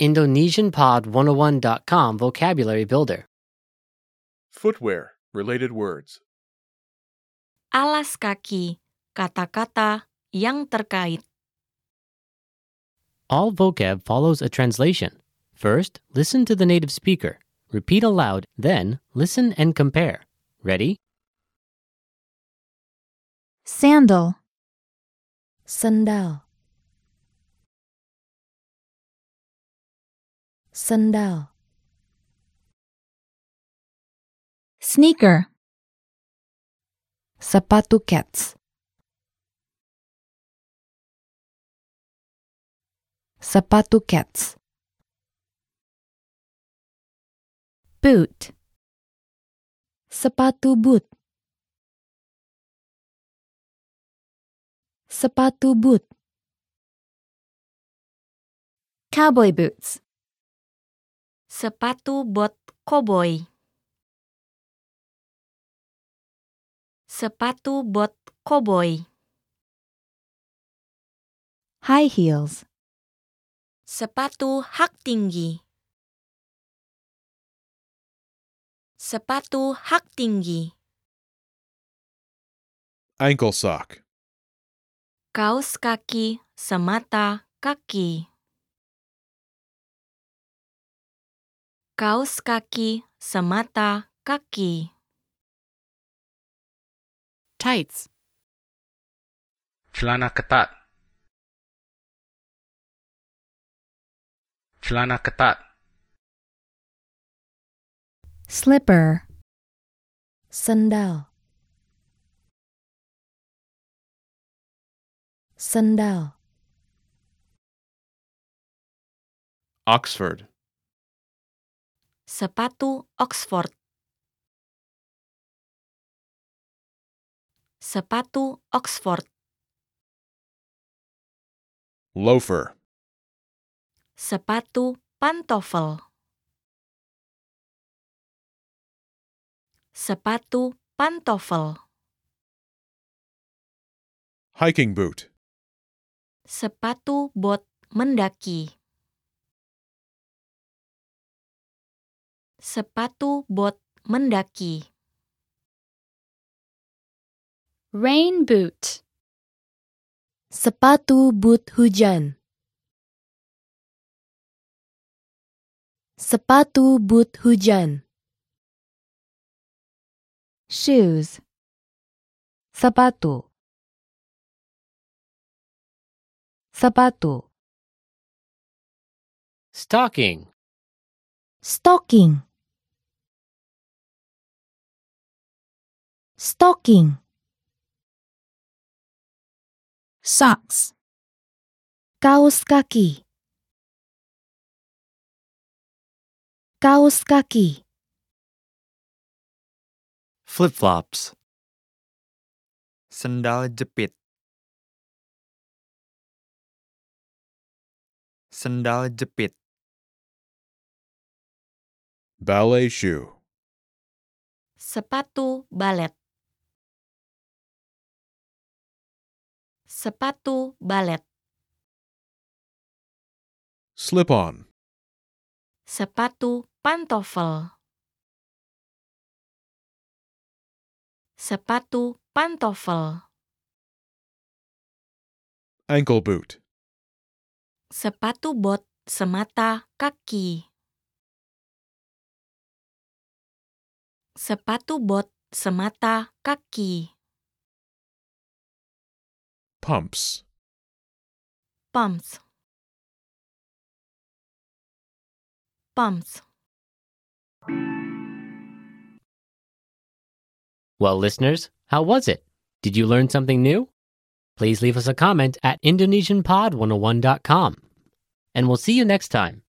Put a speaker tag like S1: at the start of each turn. S1: IndonesianPod101.com Vocabulary Builder.
S2: Footwear related words.
S3: alas kaki, kata-kata yang terkait.
S1: All vocab follows a translation. First, listen to the native speaker. Repeat aloud, then, listen and compare. Ready?
S4: Sandal. Sendal. Sendal. Sneaker. Sepatu cats. Sepatu cats. Boot. Sepatu boot. Sepatu boot. Cowboy boots.
S3: Sepatu bot koboi. Sepatu bot koboi.
S4: High heels.
S3: Sepatu hak tinggi. Sepatu hak tinggi.
S2: Ankle sock.
S3: Kaos kaki semata kaki. Kaos kaki semata kaki.
S5: tights,
S6: celana ketat celana ketat
S4: Slipper. Sendal. Sendal.
S2: Oxford.
S3: Sepatu Oxford. Sepatu Oxford.
S2: Loafer.
S3: Sepatu pantofel. Sepatu pantofel.
S2: Hiking boot.
S3: Sepatu bot mendaki. Sepatu bot mendaki.
S4: Rain boot. Sepatu boot hujan. Sepatu boot hujan. Shoes. Sepatu. Sepatu.
S1: Stocking.
S4: Stocking. Stocking. Socks. Kaos kaki. Kaos kaki.
S1: Flip flops.
S7: Sendal jepit. Sendal jepit.
S2: Ballet shoe.
S3: Sepatu balet. Sepatu balet.
S2: Slip on.
S3: Sepatu pantofel. Sepatu pantofel.
S2: Ankle boot.
S3: Sepatu bot semata kaki. Sepatu bot semata kaki.
S2: Pumps.
S3: Pumps. Pumps.
S1: Well, listeners, how was it? Did you learn something new? oh Please leave us a comment at IndonesianPod101.com. And we'll see you next time.